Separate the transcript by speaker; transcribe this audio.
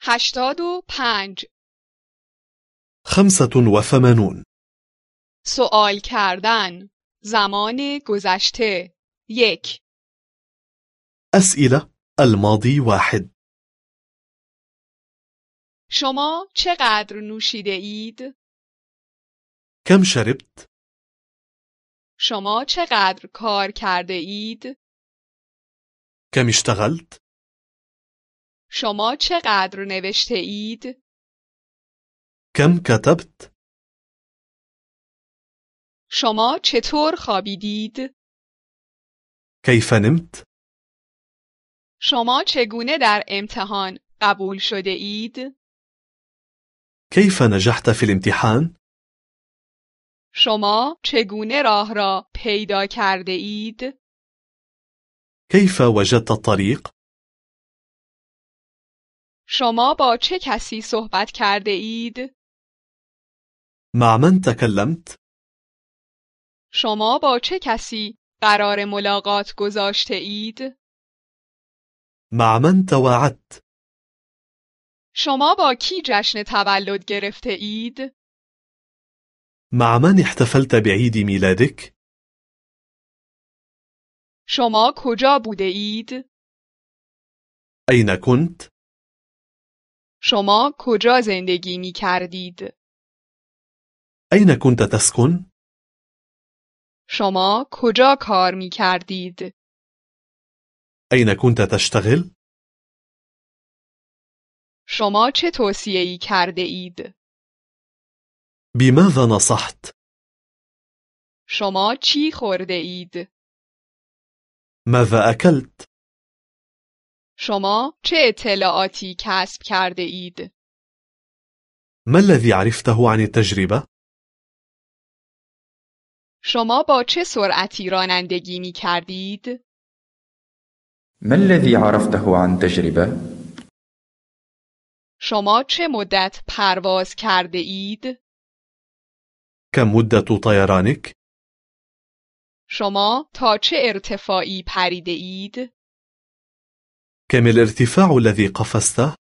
Speaker 1: هشتاد و پنج
Speaker 2: خمسة وثمانون
Speaker 1: سوال کردن زمان گذشته یک
Speaker 2: أسئلة الماضي واحد
Speaker 1: شما چقدر نوشیده اید؟
Speaker 2: كم شربت؟
Speaker 1: شما چقدر کار کرده اید؟
Speaker 2: كم اشتغلت؟
Speaker 1: شما چقدر نوشته اید؟
Speaker 2: كم كتبت؟
Speaker 1: شما چطور خوابیدید؟
Speaker 2: كيف نمت؟
Speaker 1: شما چگونه در امتحان قبول شده اید؟
Speaker 2: كيف نجحت في الامتحان؟
Speaker 1: شما چگونه راه را پیدا کرده اید؟
Speaker 2: كيف وجدت الطريق؟
Speaker 1: شما با چه کسی صحبت کرده اید؟
Speaker 2: مع من تكلمت؟
Speaker 1: شما با چه کسی قرار ملاقات گذاشته اید؟
Speaker 2: مع من تواعدت؟
Speaker 1: شما با کی جشن تولد گرفته اید؟
Speaker 2: مع من احتفلت بعيد ميلادك؟
Speaker 1: شما کجا بوده اید؟
Speaker 2: أين كنت؟
Speaker 1: شما کجا زندگی می کردید؟
Speaker 2: أين كنت تسكن؟
Speaker 1: شما کجا کار می کردید؟
Speaker 2: أين كنت تشتغل؟
Speaker 1: شما چه توصیه ای کرده اید؟
Speaker 2: بماذا نصحت؟
Speaker 1: شما چی خورده اید؟
Speaker 2: ماذا أكلت؟
Speaker 1: شما چه اطلاعاتی کسب کرده اید؟
Speaker 2: ما الذي عرفته عن التجربة؟
Speaker 1: شما با چه سرعتی رانندگی می کردید؟
Speaker 3: ما الذي عرفته عن تجربة؟
Speaker 1: شما چه مدت پرواز کرده اید؟
Speaker 2: كم مدة طيرانك؟
Speaker 1: شما تا چه ارتفاعی پریده اید؟
Speaker 2: كم الارتفاع الذي قفزته؟